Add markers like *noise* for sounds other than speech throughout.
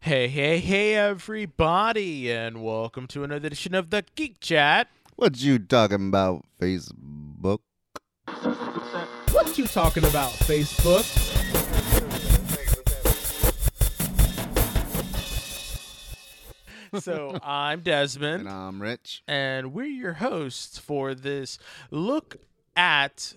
Hey, hey, hey, everybody, and welcome to another edition of the Geek Chat. What you talking about, Facebook? What you talking about, Facebook? *laughs* So, I'm Desmond, And I'm Rich. and we're your hosts for this look at.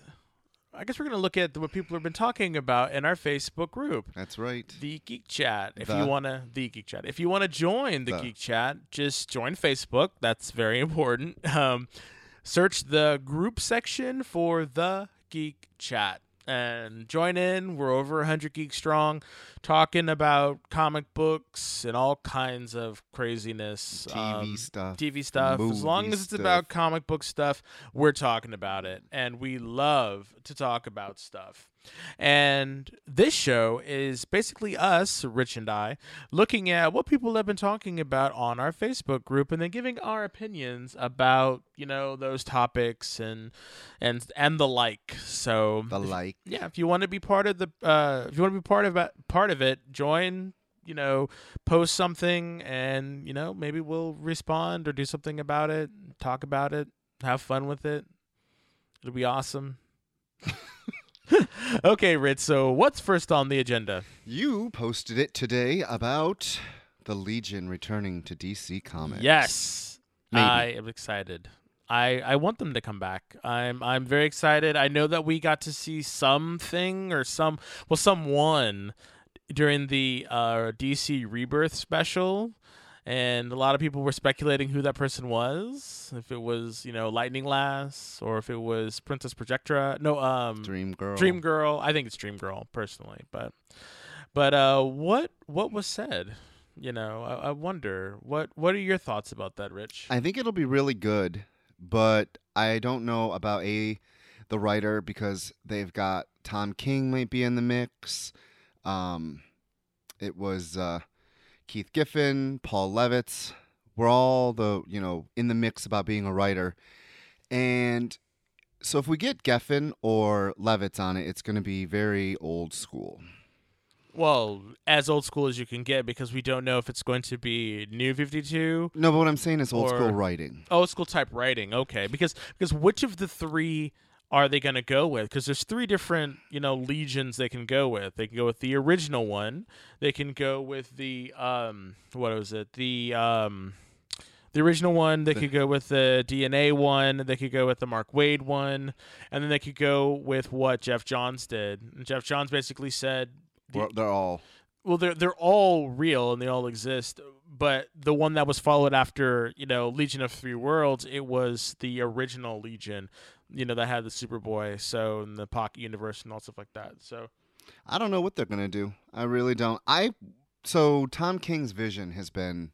I guess we're going to look at what people have been talking about in our Facebook group, That's right. the Geek Chat. If The- you want to, the Geek Chat. If you want to join the, The. Geek Chat, just join Facebook. That's very *laughs* important. Um, search the group section for the Geek Chat and join in. We're over 100 geeks strong, talking about comic books and all kinds of craziness. TV um, stuff. TV stuff. as long movie as it's stuff. about comic book stuff, we're talking about it. And we love to talk about stuff. And this show is basically us, Rich and I, looking at what people have been talking about on our Facebook group and then giving our opinions about, you know, those topics and and and the like. So The like. yeah, if you want to be part of the uh, if you want to be part of it- part of it, join. You know, post something, and you know maybe we'll respond or do something about it, talk about it, have fun with it. It'll be awesome. *laughs* okay, Ritz. So what's first on the agenda? You posted it today about the Legion returning to DC Comics. Yes, Maybe. I am excited. I, I want them to come back. I'm I'm very excited. I know that we got to see something or some well someone during the uh, DC Rebirth special, and a lot of people were speculating who that person was. If it was you know Lightning Lass or if it was Princess Projectra. No, um, Dream Girl. Dream Girl. I think it's Dream Girl personally, but but uh, what what was said? You know, I, I wonder what what are your thoughts about that, Rich? I think it'll be really good, but I don't know about a the writer because they've got Tom King might be in the mix. Um, it was uh, Keith Giffen, Paul Levitz. We're all the you know in the mix about being a writer, and so if we get Geffen or Levitz on it, it's going to be very old school. well, as old school as you can get, because we don't know if it's going to be New Fifty Two, No, but what I'm saying is old Or- school writing. old school type writing. Okay, because because which of the three are they going to go with? Because there's three different you know legions they can go with. They can go with the original one. They can go with the um what was it the um the original one. They could go with the DNA one. They could go with the Mark Wade one, and then they could go with what Jeff Johns did. And Jeff Johns basically said, the- We're- they're all well they're they're all real and they all exist but the one that was followed after you know legion of three worlds it was the original legion you know that had the superboy so and the pocket universe and all stuff like that so I don't know what they're gonna do. I really don't. I so Tom King's vision has been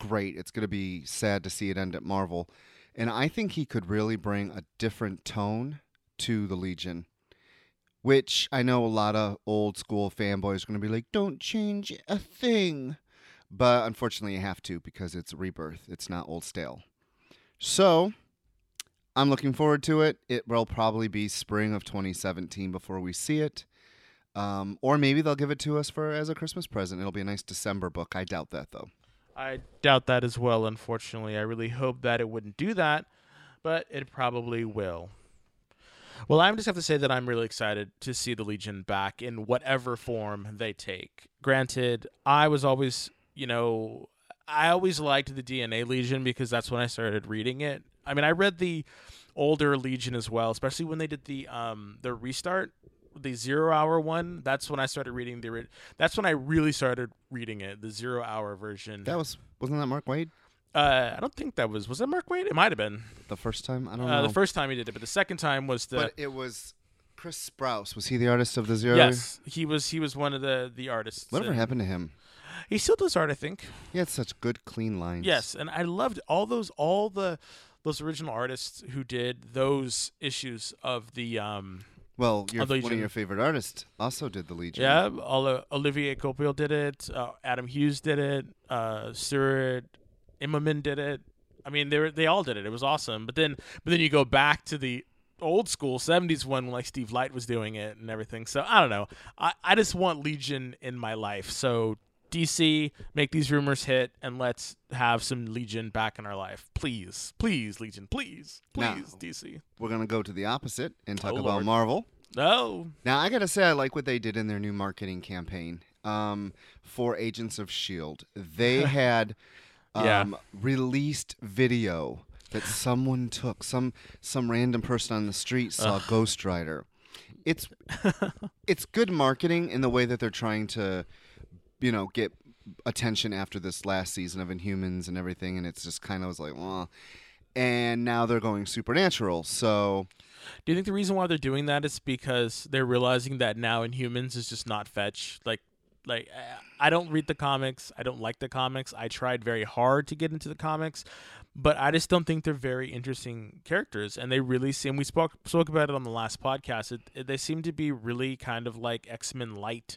great. It's gonna be sad to see it end at Marvel, and I think he could really bring a different tone to the Legion, which I know a lot of old school fanboys are gonna be like, "Don't change a thing," but unfortunately, you have to because it's rebirth. It's not old stale. So. I'm looking forward to it. It will probably be spring of 2017 before we see it. Um, or maybe they'll give it to us for as a Christmas present. It'll be a nice December book. I doubt that though. i doubt that as well unfortunately i really hope that it wouldn't do that but it probably will well i just have to say that i'm really excited to see the legion back in whatever form they take granted i was always you know I always liked the DNA Legion because that's when I started reading it. I mean, I read the older Legion as well, especially when they did the um the restart, the zero hour one. That's when I started reading the. ori- That's when I really started reading it, the zero hour version. That was wasn't that Mark Wade uh, I don't think that was was that Mark Wade. It might have been the first time? I don't uh, know. the first time he did it, but the second time was the. but it was Chris Sprouse. Was he the artist of the Zero? Yes, he was. He was one of the the artists. Whatever and- happened to him? He still does art, I think. He had such good clean lines. Yes, and I loved all those all the those original artists who did those issues of the um Well, your, Of the one of Legion. your favorite artists also did the Legion. yeah, all uh, Olivier Copiel did it, uh, Adam Hughes did it, uh Stuart Immonen did it. I mean, they were, they all did it. It was awesome. But then but then you go back to the old school 70s one like Steve Light was doing it and everything. So I don't know. I I just want Legion in my life. So DC, make these rumors hit, and let's have some Legion back in our life. Please, please, Legion, please, Now- please, DC. We're going to go to the opposite and talk Oh, about Lord. Marvel. No. Now, I got to say, I like what they did in their new marketing campaign um, for Agents of S.H.I.E.L.D. E They had um, Yeah. released video that someone took, some, some random person on the street saw Ghost Rider. It's, it's good marketing in the way that they're trying to, you know, get attention after this last season of Inhumans and everything. And it's just kind of was like, well. And now they're going supernatural. So Do you think the reason why they're doing that is because they're realizing that now in humans is just not fetch? Like, like I- I don't read the comics. I don't like the comics. I tried very hard to get into the comics, but I just don't think they're very interesting characters. And they really seem. We spoke spoke about it on the last podcast. It, it- they seem to be really kind of like X Men light,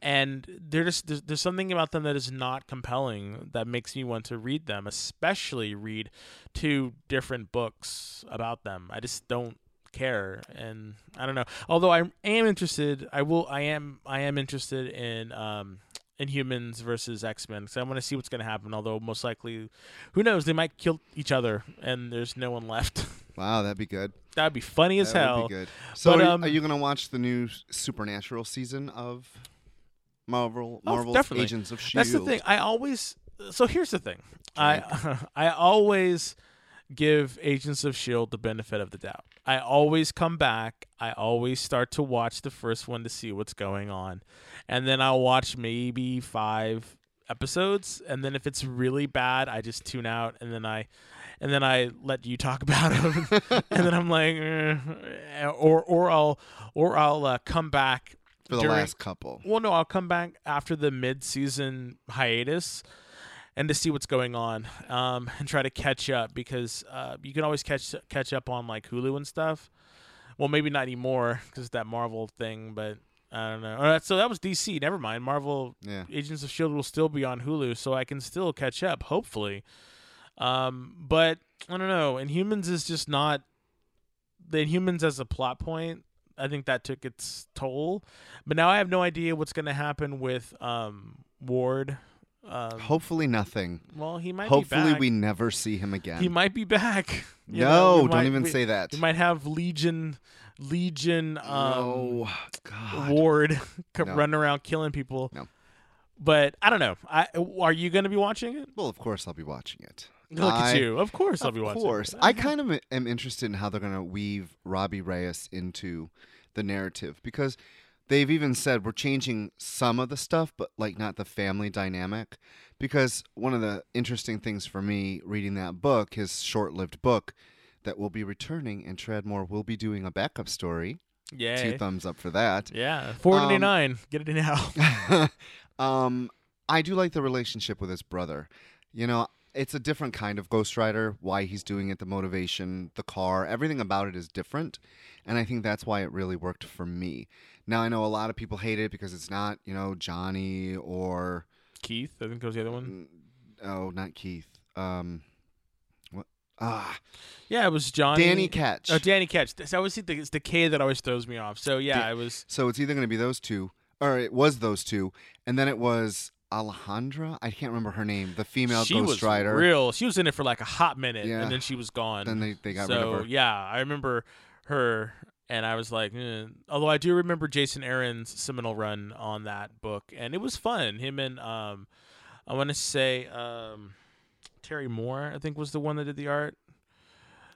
and they're just there's, there's something about them that is not compelling that makes me want to read them, especially read two different books about them. I just don't care and i don't know although i am interested i will i am i am interested in um in humans versus x-men because i want to see what's going to happen although most likely who knows they might kill each other and there's no one left *laughs* wow, that'd be good. that'd be funny as That hell would be good. So, But, are- um, are you going to watch the new Supernatural season of Marvel? Oh, Marvel's definitely. Agents of Shield. that's the thing i always so here's the thing i *laughs* i always give agents of shield E the benefit of the doubt i always come back i always start to watch the first one to see what's going on and then i'll watch maybe five episodes and then if it's really bad i just tune out and then i and then i let you talk *laughs* about it and then i'm like eh, or or i'll or i'll uh, come back for the during- last couple. well, no, I'll come back after the mid-season hiatus and to see what's going on um, and try to catch up because uh, you can always catch catch up on like Hulu and stuff. Well, maybe not anymore because that Marvel thing, but I don't know. All right, so that was DC. Never mind. Marvel Yeah. Agents of Shield E will still be on Hulu, so I can still catch up, hopefully. Um, but I don't know. Inhumans is just not the Inhumans as a plot point. I think that took its toll, but now I have no idea what's going to happen with um Ward. Um, Hopefully nothing. well, he might. be Hopefully back. we never see him again. He might be back. *laughs* You know, no, we don't might- even we- say that. We might have Legion, Legion. Um, oh God. Ward *laughs* c No. running around killing people. No. But I don't know. I are you going to be watching it? well, of course I'll be watching it. Look I- at you. Of course I'll be Of watching. course. it. *laughs* I kind of am interested in how they're going to weave Robbie Reyes into the narrative because they've even said we're changing some of the stuff, but like not the family dynamic. Because one of the interesting things for me reading that book, his short lived book, that will be returning, and Treadmore will be doing a backup story. yeah. Two Um, thumbs up for that. Yeah. 499. Get it now. *laughs* *laughs* um, I do like the relationship with his brother. You know, it's a different kind of Ghost Rider. Why he's doing it, the motivation, the car, everything about it is different, and I think that's why it really worked for me. Now I know a lot of people hate it because it's not, you know, Johnny or Keith, I think that was the other one. oh, not Keith. Um, what? Ah, Yeah, it was Johnny. Danny Ketch. Oh, Danny Ketch. That's- I always think it's the K that always throws me off. So yeah, Da- it was So it's either going to be those two, or it was those two, and then it was Alejandra. I can't remember her name. The female she Ghost was Rider. real. She was in it for like a hot minute Yeah. and then she was gone. Then they, they got so rid of her. yeah, I remember her, and I was like, eh. although I do remember Jason Aaron's seminal run on that book, and it was fun. Him and um, I want to say um, Terry Moore, I think was the one that did the art.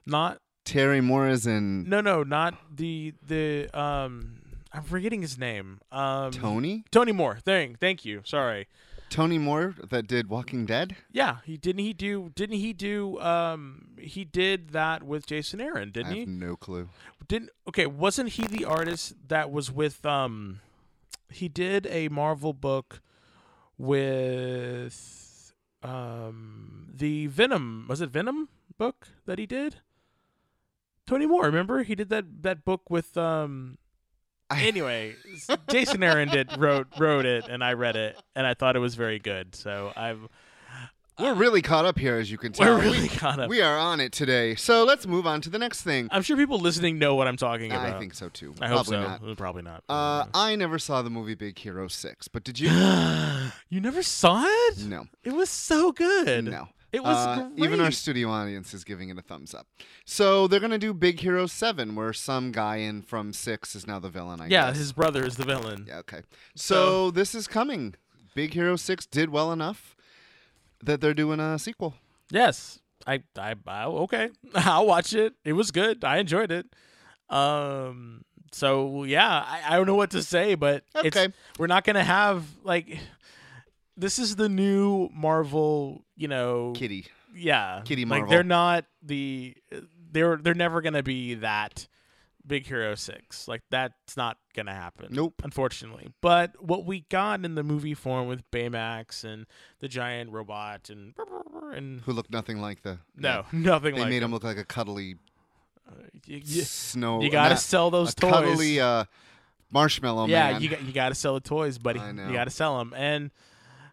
Not Terry Moore is in no no not the the um I'm forgetting his name um Tony. Tony Moore. Thank thank you. Sorry. Tony Moore that did Walking Dead. Yeah, he didn't he do didn't he do um he did that with Jason Aaron, didn't I he? have no clue. didn't okay wasn't he the artist that was with um he did a marvel book with um the venom was it venom book that he did tony moore remember he did that that book with um *laughs* I- anyway s- jason aaron did wrote wrote it and i read it and i thought it was very good so i've We're really caught up here, as you can tell. Uh, We're really caught up. We are on it today. So let's move on to the next thing. I'm sure people listening know what I'm talking about. I think so too. I hope Probably so. *laughs* not. Uh, Probably not. Uh, I never saw the movie Big Hero 6, but did you? *gasps* *laughs* you never saw it? no. It was so good. No. It was Uh, even our great. studio audience is giving it a thumbs up. So they're gonna do Big Hero Seven, where some guy in from Six is now the villain. I Yeah, guess. his brother is the villain. Yeah. Okay. So- So this is coming. Big Hero Six did well enough that they're doing a sequel. Yes. I, I, I okay. *laughs* I'll watch it. It was good. I enjoyed it. Um so yeah, I, I don't know what to say, but it's, Okay. we're not gonna have like this is the new Marvel, you know Kitty. yeah. Kitty Like Marvel. they're not the they're they're never gonna be that Big Hero Six. Like that's not gonna happen. Nope. Unfortunately. But what we got in the movie form with Baymax and the giant robot and and Who looked nothing like the. no, yeah. *laughs* nothing They like made that. him look like a cuddly You, you- snow. you gotta not- sell those a toys. cuddly uh, marshmallow yeah, man. you got you gotta sell the toys, buddy. I know. You gotta sell them. And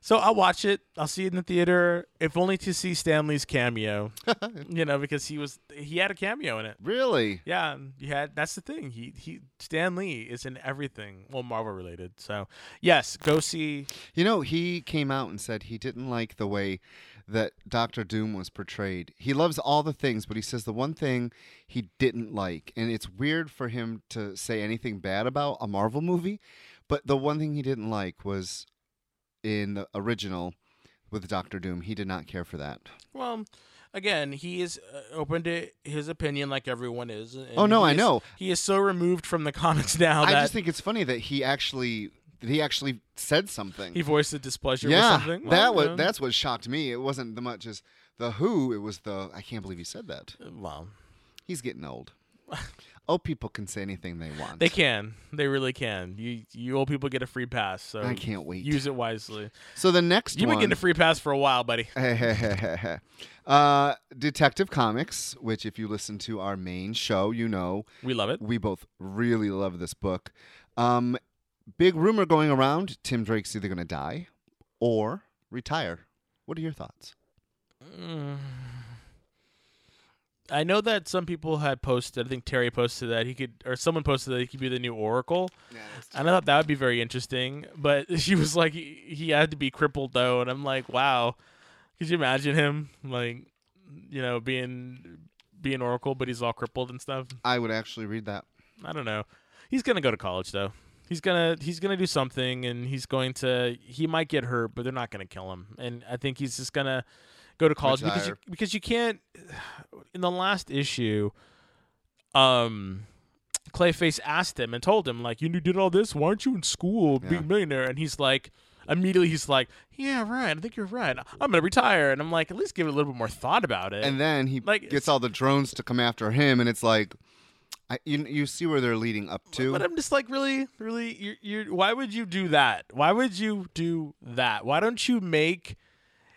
so I'll watch it. I'll see it in the theater, if only to see Stanley's *laughs* cameo. you know, because he was he had a cameo in it. really. Yeah, and you had that's the thing. He he Stan Lee is in everything, well, Marvel related. So yes, go see. You know, he came out and said he didn't like the way that Doctor Doom was portrayed. He loves all the things, but he says the one thing he didn't like, and it's weird for him to say anything bad about a Marvel movie, but the one thing he didn't like was in the original with Doctor Doom. He did not care for that. Well, again, he is uh, open to his opinion, like everyone is. and Oh, no, he I is- know. he is so removed from the *laughs* comics now I Oh, that just think it's funny that he actually that he actually said something. he voiced the displeasure. yeah, with something. that Well, was you know. that's what shocked me. It wasn't the much as the who. It was the I can't believe he said that. well. He's getting old. *laughs* old people can say anything they want. They can. They really can. You you old people get a free pass. So I can't wait. um, Use it wisely. so the next You've been one, getting a free pass for a while, buddy. *laughs* uh, Detective Comics, which if you listen to our main show, you know We love it. we both really love this book. Um, big rumor going around: Tim Drake's either going to die or retire. What are your thoughts? Mm. I know that some people had posted. I think Terry posted that he could, or someone posted that he could be the new Oracle. And I thought that would be very interesting. But *laughs* she was like, he, he had to be crippled though, and I'm like, wow, could you imagine him like, you know, being being Oracle, but he's all crippled and stuff. I would actually read that. I don't know. He's gonna go to college though. He's gonna he's gonna do something, and he's going to he might get hurt, but they're not gonna kill him. And I think he's just gonna go to college because you, Retire. because you can't. In the last issue, um, Clayface asked him and told him like, "You did all this. Why aren't you in school, Yeah. big millionaire?" And he's like. Immediately, he's like, "Yeah, right. I think you're right. I'm gonna retire." And I'm like, "At least give it a little bit more thought about it." And then he Like, it's- gets all the drones to come after him, and it's like, I, you, you see where they're leading up to. But I'm just like, really, really, you're, you're. Why would you do that? Why would you do that? Why don't you make,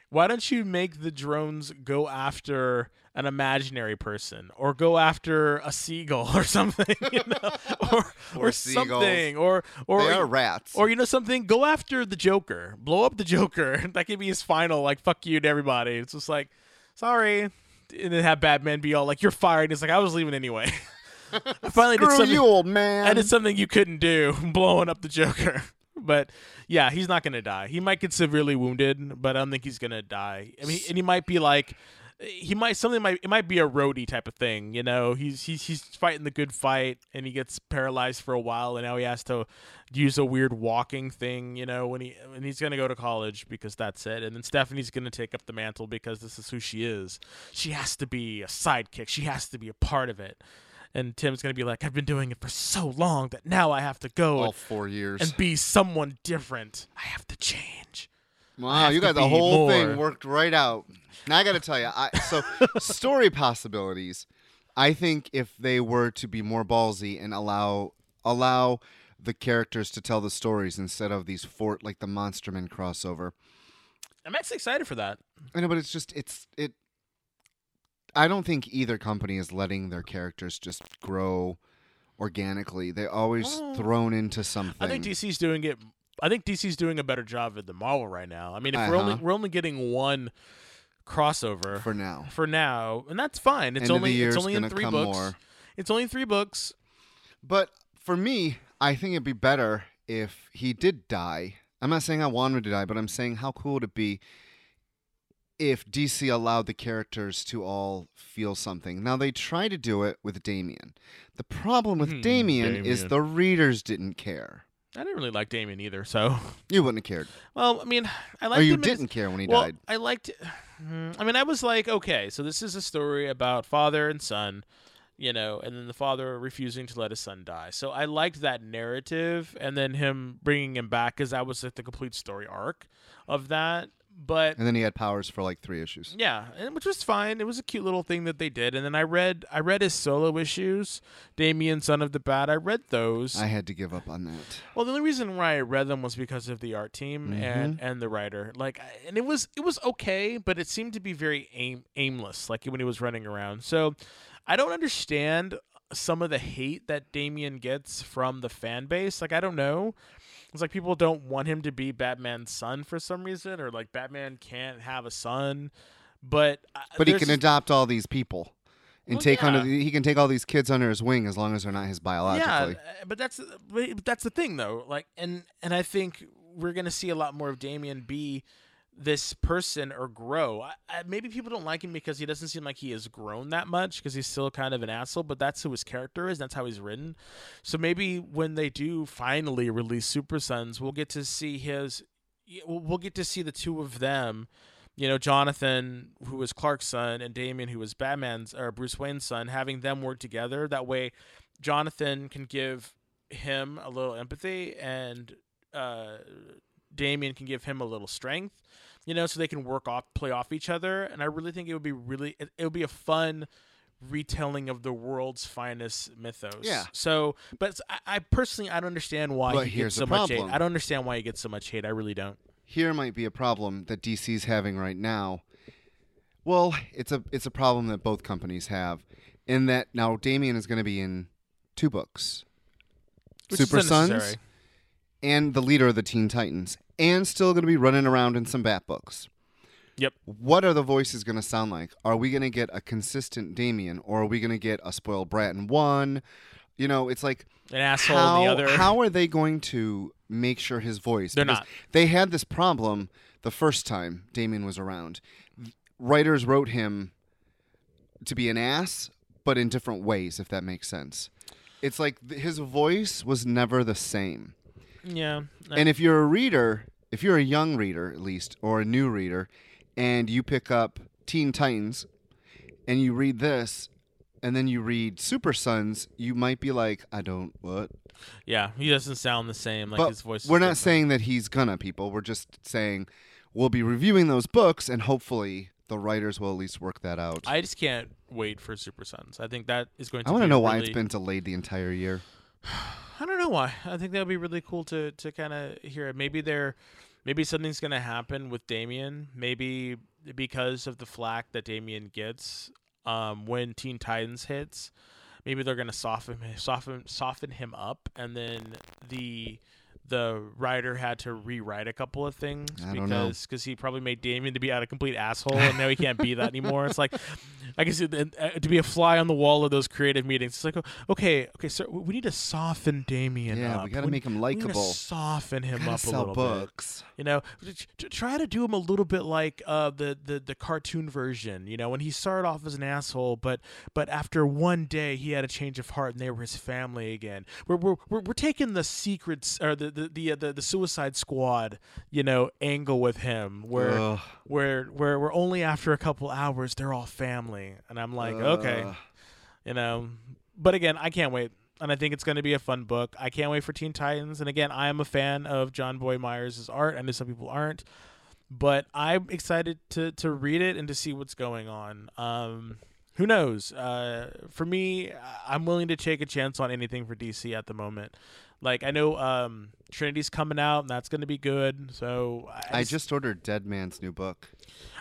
why don't you make the drones go after an imaginary person or go after a seagull *laughs* or something, you *laughs* know? or or, Or seagulls. something, or or they are rats. or you know something, go after the Joker, blow up the Joker. *laughs* that could be his final, like fuck you to everybody. It's just like, sorry, and then have Batman be all like, you're fired. It's like I was leaving anyway. *laughs* I finally did Screw something. you, old man. And it's something you couldn't do, *laughs* blowing up the Joker. *laughs* But yeah, he's not gonna die. He might get severely wounded, but I don't think he's gonna die. I mean, and he might be like, he might something might it might be a roadie type of thing. You know, he's he's he's fighting the good fight, and he gets paralyzed for a while, and now he has to use a weird walking thing. You know, when he and he's gonna go to college because that's it. And then Stephanie's gonna take up the mantle because this is who she is. She has to be a sidekick. She has to be a part of it. And Tim's gonna be like, I've been doing it for so long that now I have to go all and, four years. and be someone different. I have to change. wow, you to got the be whole more. thing worked right out. Now I got to tell you, I, *laughs* so story possibilities. I think if they were to be more ballsy and allow allow the characters to tell the stories instead of these fort like the Monster Men crossover. I'm actually excited for that. I know, but it's just it's it. I don't think either company is letting their characters just grow organically. They're always Well, thrown into something. I think DC's doing it. I think DC's doing a better job at the Marvel right now. I mean, if we're Uh-huh. only we're only getting one crossover for now. for now, and that's fine. It's End of the only year it's is only in gonna three come books. more. It's only in three books. But for me, I think it'd be better if he did die. I'm not saying I want him to die, but I'm saying how cool would it be if DC allowed the characters to all feel something. Now they try to do it with Damien. The problem with Hmm, Damien, is Damien. the readers didn't care. I didn't really like Damien either, so *laughs* You wouldn't have cared. well, I mean, I or liked you him in his- didn't care when he well, died. I liked. Mm, I mean, I was like, okay, so this is a story about father and son, you know, and then the father refusing to let his son die. So I liked that narrative, and then him bringing him back because that was like the complete story arc of that. But And then he had powers for like three issues. yeah, and which was fine. It was a cute little thing that they did. And then I read, I read his solo issues, Damien, Son of the Bat. I read those. I had to give up on that. Well, the only reason why I read them was because of the art team Mm-hmm. and and the writer. Like, I- and it was it was okay, but it seemed to be very aim aimless. Like when he was running around. So, I don't understand some of the hate that Damien gets from the fan base. Like, I don't know. It's like people don't want him to be Batman's son for some reason, or like Batman can't have a son. But I- But he there's can just- adopt all these people. And Well, take under yeah. he can take all these kids under his wing as long as they're not his biologically. Yeah, uh, but that's but that's the thing though. Like, and and I think we're gonna see a lot more of Damien be this person or grow. I, I, maybe people don't like him because he doesn't seem like he has grown that much because he's still kind of an asshole. But that's who his character is. That's how he's written. So maybe when they do finally release Super Sons, we'll get to see his. yeah, We'll we'll get to see the two of them. You know, Jonathan, who was Clark's son, and Damien, who was Batman's or Bruce Wayne's son, having them work together. That way, Jonathan can give him a little empathy and uh, Damien can give him a little strength, you know, so they can work off, play off each other. And I really think it would be really, it, it would be a fun retelling of the world's finest mythos. Yeah. So, but I, I personally, I don't understand why But he gets here's so the much hate. problem. I don't understand why he gets so much hate. I really don't. here might be a problem that DC's having right now. Well, it's a it's a problem that both companies have in that now Damien is going to be in two books. Which is Super Sons unnecessary. and the leader of the Teen Titans and still going to be running around in some bat books. Yep. What are the voices going to sound like? Are we going to get a consistent Damien or are we going to get a spoiled brat in one? You know, it's like An asshole how, in the other. how are they going to make sure his voice? They're because not. They had this problem the first time Damien was around. Writers wrote him to be an ass, but in different ways, if that makes sense. It's like th- his voice was never the same. yeah. Uh, And if you're a reader, if you're a young reader at least, or a new reader, and you pick up Teen Titans and you read this, and then you read Super Sons, you might be like, I don't what? yeah. He doesn't sound the same. Like but his voice. is we're not different. saying that he's gonna people we're just saying we'll be reviewing those books and hopefully the writers will at least work that out i, I just can't wait for Super Sons. I think that is going to. want to to know why really- it's been delayed the entire year I don't know why. I think that would be really cool to to kind of hear it. Maybe they're, maybe something's going to happen with Damien. Maybe because of the flack that Damien gets um, when Teen Titans hits, maybe they're going to soften soften soften him up, and then the the writer had to rewrite a couple of things I don't know. because cause he probably made Damien to be out a complete asshole, and now he can't be that anymore. It's like *laughs* I guess it, and, uh, to be a fly on the wall of those creative meetings. It's like, oh, okay, okay, sir, we we need to soften Damien yeah up. we gotta uh, We- make him we need to likable soften him gotta up a sell little bit. books You know, T- t- try to do him a little bit like uh, the, the the cartoon version. You know, when he started off as an asshole, but but after one day he had a change of heart and they were his family again. We're we're, we're, we're taking the secrets or the the the, uh, the the Suicide Squad, you know, angle with him where Ugh. where where we're only after a couple hours they're all family, and I'm like, okay, Ugh. you know. But again, I can't wait. And I think it's going to be a fun book. I can't wait for Teen Titans. And again, I am a fan of John Boy Myers' art. I know some people aren't, but I'm excited to to read it and to see what's going on. Um, who knows? Uh, for me, I- I'm willing to take a chance on anything for DC at the moment. Like I know um, Trinity's coming out, and that's going to be good. So I, i just ordered dead man's new book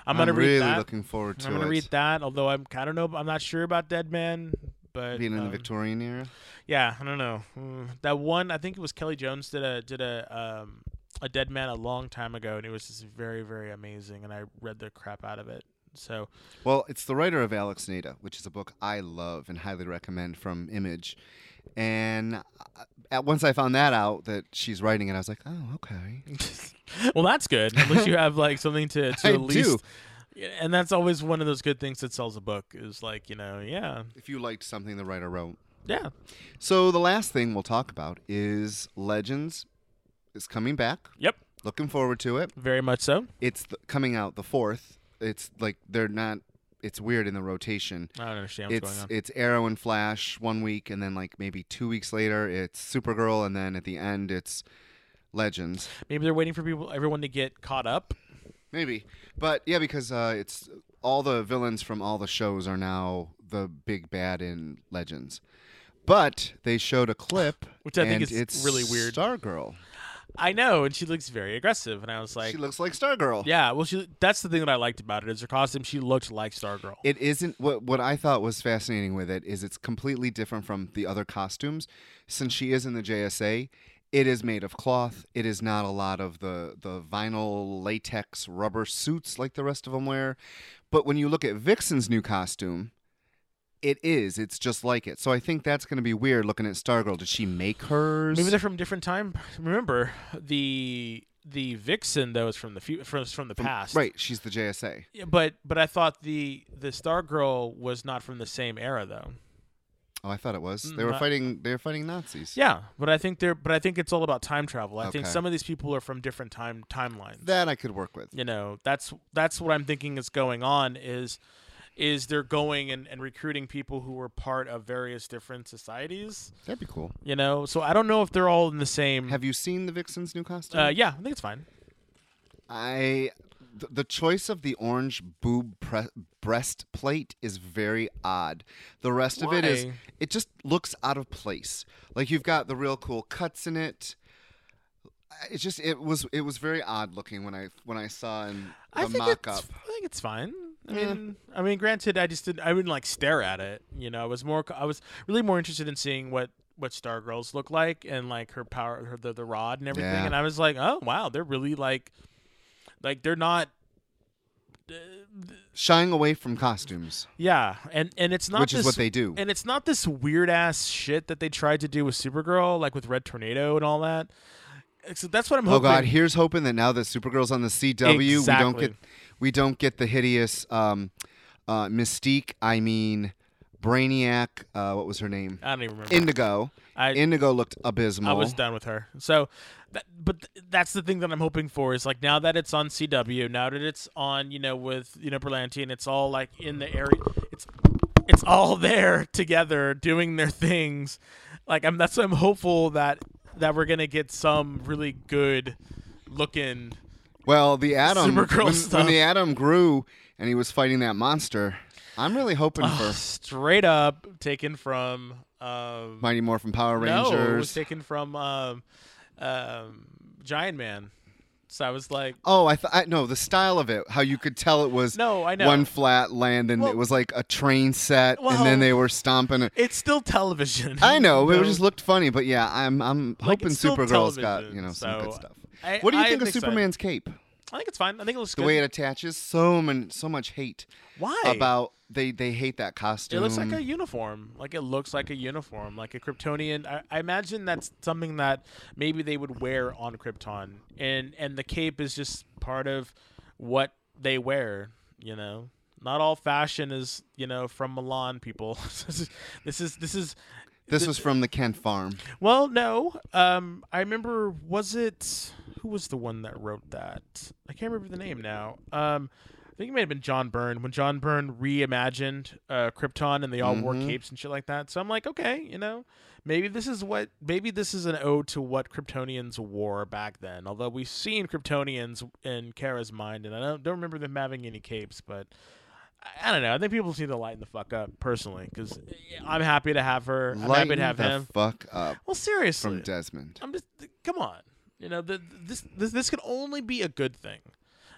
I'm going to read really that. looking forward to I'm going it to read that. Although I'm I don't know. I'm not sure about Dead Man. But being in the um, victorian era yeah, I don't know. Mm, That one, I think it was Kelly Jones did a did a um a Dead Man a long time ago, and it was just very very amazing, and I read the crap out of it. *laughs* So Well, it's the writer of Alex Nada, which is a book I love and highly recommend from Image. And uh, at once I found that out that she's writing it, I was like, oh, okay. well, that's good. At least you have like something to, to *laughs* I at least. do. Yeah, And that's always one of those good things that sells a book is like, you know, yeah, If you liked something the writer wrote. yeah, So the last thing we'll talk about is Legends is coming back. yep, Looking forward to it. very much so. It's th- coming out the fourth. It's like they're not. It's weird in the rotation. I don't understand what's it's going on. it's Arrow and Flash one week, and then like maybe two weeks later, it's Supergirl, and then at the end, it's Legends. Maybe they're waiting for people, everyone to get caught up. Maybe, but yeah, because uh, it's all the villains from all the shows are now the big bad in Legends. But they showed a clip, *sighs* Which I think and is it's really weird. Stargirl. I know, and she looks very aggressive, and I was like, she looks like Stargirl. yeah, well, she that's the thing that I liked about it is her costume. She looked like Stargirl. It isn't what what I thought was fascinating with it is it's completely different from the other costumes. Since she is in the JSA, it is made of cloth. It is not a lot of the the vinyl latex rubber suits like the rest of them wear. But when you look at Vixen's new costume, it is. It's just like it. So I think that's going to be weird looking at Stargirl. Did she make hers? Maybe they're from different time. Remember the the Vixen though is from the fu- from from the past, Right, she's the JSA. Yeah, but but I thought the the Stargirl was not from the same era though. Oh, I thought it was. They were Mm, I- fighting. They were fighting Nazis. Yeah, but I think they're but I think it's all about time travel. I think Okay. some of these people are from different time timelines. That I could work with. you know that's that's what i'm thinking is going on is is they're going and, and recruiting people who were part of various different societies That'd be cool. you know so i don't know if they're all in the same Have you seen the Vixen's new costume? uh, yeah i think it's fine I th- the choice of the orange boob pre- breastplate is very odd. The rest of it is Why? it just looks out of place. Like you've got the real cool cuts in it. I- It just it was it was very odd looking when I when I saw in i the think mock it's up. i think it's fine I Yeah. mean, I mean, granted, I just didn't. I wouldn't like stare at it. You know, I was more. I was really more interested in seeing what what Stargirls look like and like her power, her the, the rod and everything. Yeah. And I was like, oh wow, they're really like, like they're not. Shying away from costumes, Yeah, and and it's not which this is what they do. And it's not this weird ass shit that they tried to do with Supergirl, like with Red Tornado and all that. So that's what I'm Oh hoping. God! Here's hoping that now that Supergirl's on the CW, we don't Exactly. get we don't get the hideous um, uh, Mystique. I mean, Brainiac. Uh, what was her name? I don't even remember. Indigo. I Indigo looked abysmal. I was done with her. So, that, but th- that's the thing that I'm hoping for is like now that it's on CW, now that it's on, you know, with you know Berlanti, and it's all like in the area, it's it's all *laughs* there together doing their things. Like I'm, that's why I'm hopeful that that we're gonna get some really good looking. Well, the Atom. Supergirl when, stuff. when the Atom grew and he was fighting that monster, I'm really hoping Ugh, for straight up taken from um Mighty Morphin Power no it was Rangers. taken from um, um giant man so i was like oh, I thought I, no, the style of it, how you could tell it was No, I know. one flat land and Well- it was like a train set, Well- and then they were stomping. It. it's still television I know you it just looked funny, but yeah, I'm I'm Like, hoping it's still Supergirl's got television, you know some good so stuff. I- what do you I think am of excited. Superman's cape? i think it's fine i think it looks The good way it attaches so man, so much hate why about um, they they hate that costume. it looks like a uniform like it looks like a uniform like a kryptonian I, I imagine that's something that maybe they would wear on krypton and and the cape is just part of what they wear you know not all fashion is you know from milan people *laughs* this is this is this was from the Kent farm. well no um i remember was it who was the one that wrote that i can't remember the name now um I think it may have been John Byrne when John Byrne reimagined uh, Krypton and they all wore Mhm. capes and shit like that. So I'm like, okay, you know, maybe this is what maybe this is an ode to what Kryptonians wore back then. Although we've seen Kryptonians in Kara's mind, and I don't, don't remember them having any capes, but I- I don't know. I think people need to lighten the fuck up personally because I'm happy to have her. I'm happy Lighten to have the him. fuck up well, seriously, from Desmond. I'm just th- come on. You know, the, this this this can only be a good thing.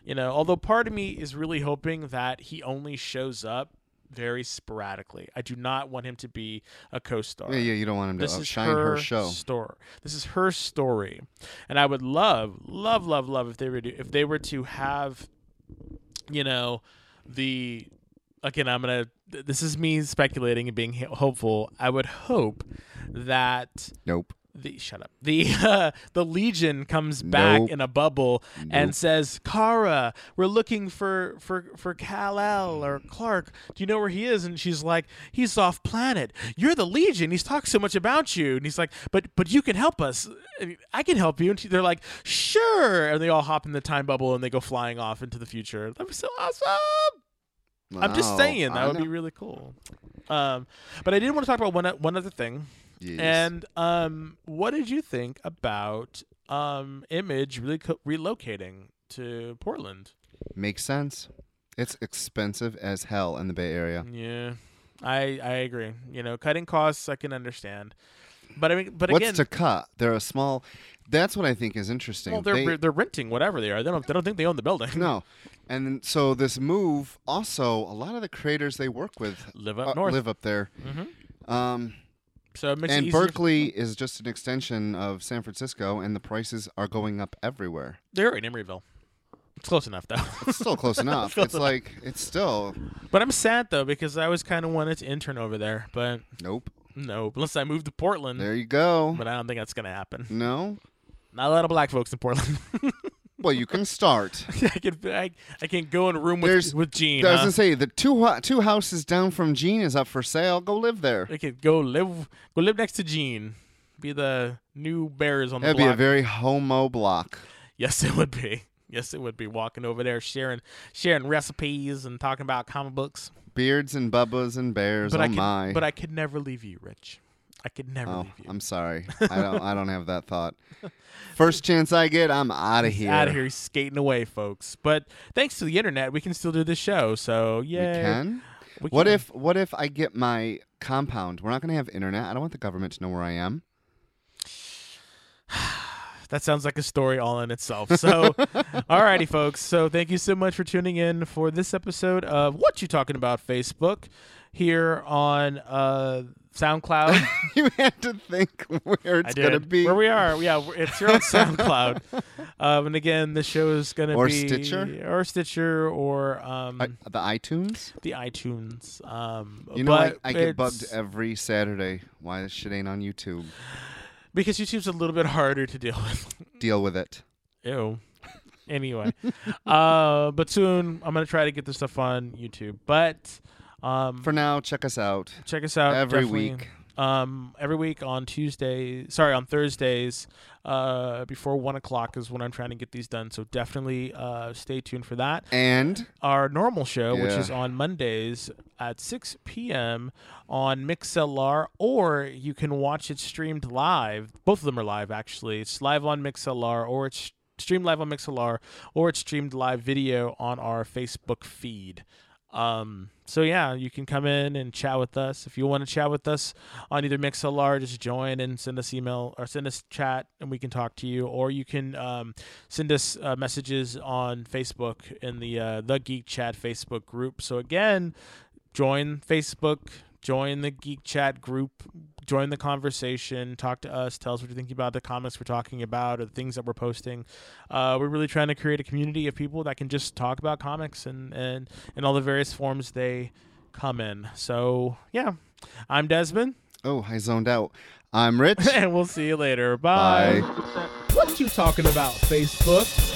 You know, although part of me is really hoping that he only shows up very sporadically. I do not want him to be a co-star. Yeah, yeah, you don't want him to This is outshine her, show. story. This is her story, and I would love, love, love, love if they were to, if they were to have, you know, the again i'm gonna th- this is me speculating and being h- hopeful i would hope that Nope. the shut up the *laughs* uh, the legion comes back Nope. in a bubble and Nope. says kara we're looking for for for kal-el or clark do you know where he is and she's like he's off planet you're the legion he's talked so much about you and he's like but but you can help us I mean, i can help you and she- they're like sure and they all hop in the time bubble and they go flying off into the future that was so awesome I'm just Wow, saying that I would be know. really cool. Um, but I did want to talk about one one other thing. Yes. And um, what did you think about um, Image really co- relocating to Portland? makes sense. It's expensive as hell in the Bay Area. Yeah, I I agree. You know, cutting costs I can understand, but I mean, but What's again, to cut? They're a small. That's what I think is interesting. well, they're They- they're renting whatever they are. They don't they don't think they own the building. no, and then- so this move also a lot of the creators they work with Live up uh, north. live up there. Mhm. Um, So it makes it and easier- Berkeley is just an extension of San Francisco, and the prices are going up everywhere. They're in Emeryville. It's close enough though. *laughs* It's still close enough. close it's like it's still but I'm sad though because I always kind of wanted to intern over there, but nope. No, unless I move to Portland. There you go. But I don't think that's gonna happen. No. Not a lot of black folks in Portland. *laughs* Well, you can start. I can I, I can go in a room with There's- with Gene. I was huh? gonna say the two hu- two houses down from Gene is up for sale. Go live there. I could go live go live next to Gene. Be the new bears on the That'd be block. a very homo block. yes, it would be. Yes, it would be walking over there sharing sharing recipes and talking about comic books. Beards and bubbas and bears. But oh I could, my. but I could never leave you, Rich. I could never oh, leave you. I'm sorry. *laughs* I don't. I don't have that thought. First chance I get, I'm out of here. Out of here, he's skating away, folks. But thanks to the internet, we can still do this show. So We yeah, can. What if? What if I get my compound? We're not gonna have internet. I don't want the government to know where I am. *laughs* That sounds like a story all in itself. *laughs* So, alrighty, folks. So, thank you so much for tuning in for this episode of What You Talking About Facebook here on uh, *laughs* SoundCloud. you had to think where I it's gonna did. be. where we are. Yeah, we're- it's here on *laughs* SoundCloud. um, and again, the show is gonna Or be Stitcher? or Stitcher or um, I- the iTunes. the iTunes. Um, You know, I, but I get it's- bugged e- every Saturday. Why this shit ain't on YouTube? because YouTube's a little bit harder to deal with. Deal with it. Ew. Anyway, uh, but soon I'm gonna try to get this stuff on YouTube. But um, For now, check us out. check us out every Uh, definitely. week. Um, every week on Tuesday, sorry, on Thursdays, uh, before one o'clock is when I'm trying to get these done. So definitely uh, stay tuned for that. And Our normal show, which Yeah. is on Mondays at 6 p.m. on MixLR, or you can watch it streamed live. Both of them are live, actually. It's live on MixLR, or it's streamed live on MixLR, or it's streamed live video on our Facebook feed. Um, so yeah, you can come in and chat with us. If you want to chat with us on either MixLR, just join and send us email or send us chat and we can talk to you. Or you can um, send us uh, messages on Facebook in the uh, the Geek Chat Facebook group. So again, join Facebook, join the Geek Chat group, join the conversation, talk to us, tell us what you think about the comics we're talking about or the things that we're posting. Uh, we're really trying to create a community of people that can just talk about comics and and and all the various forms they come in. So yeah, I'm Desmond, *laughs* oh, I zoned out. I'm Rich. and we'll see you later. Bye. What you talking about, Facebook?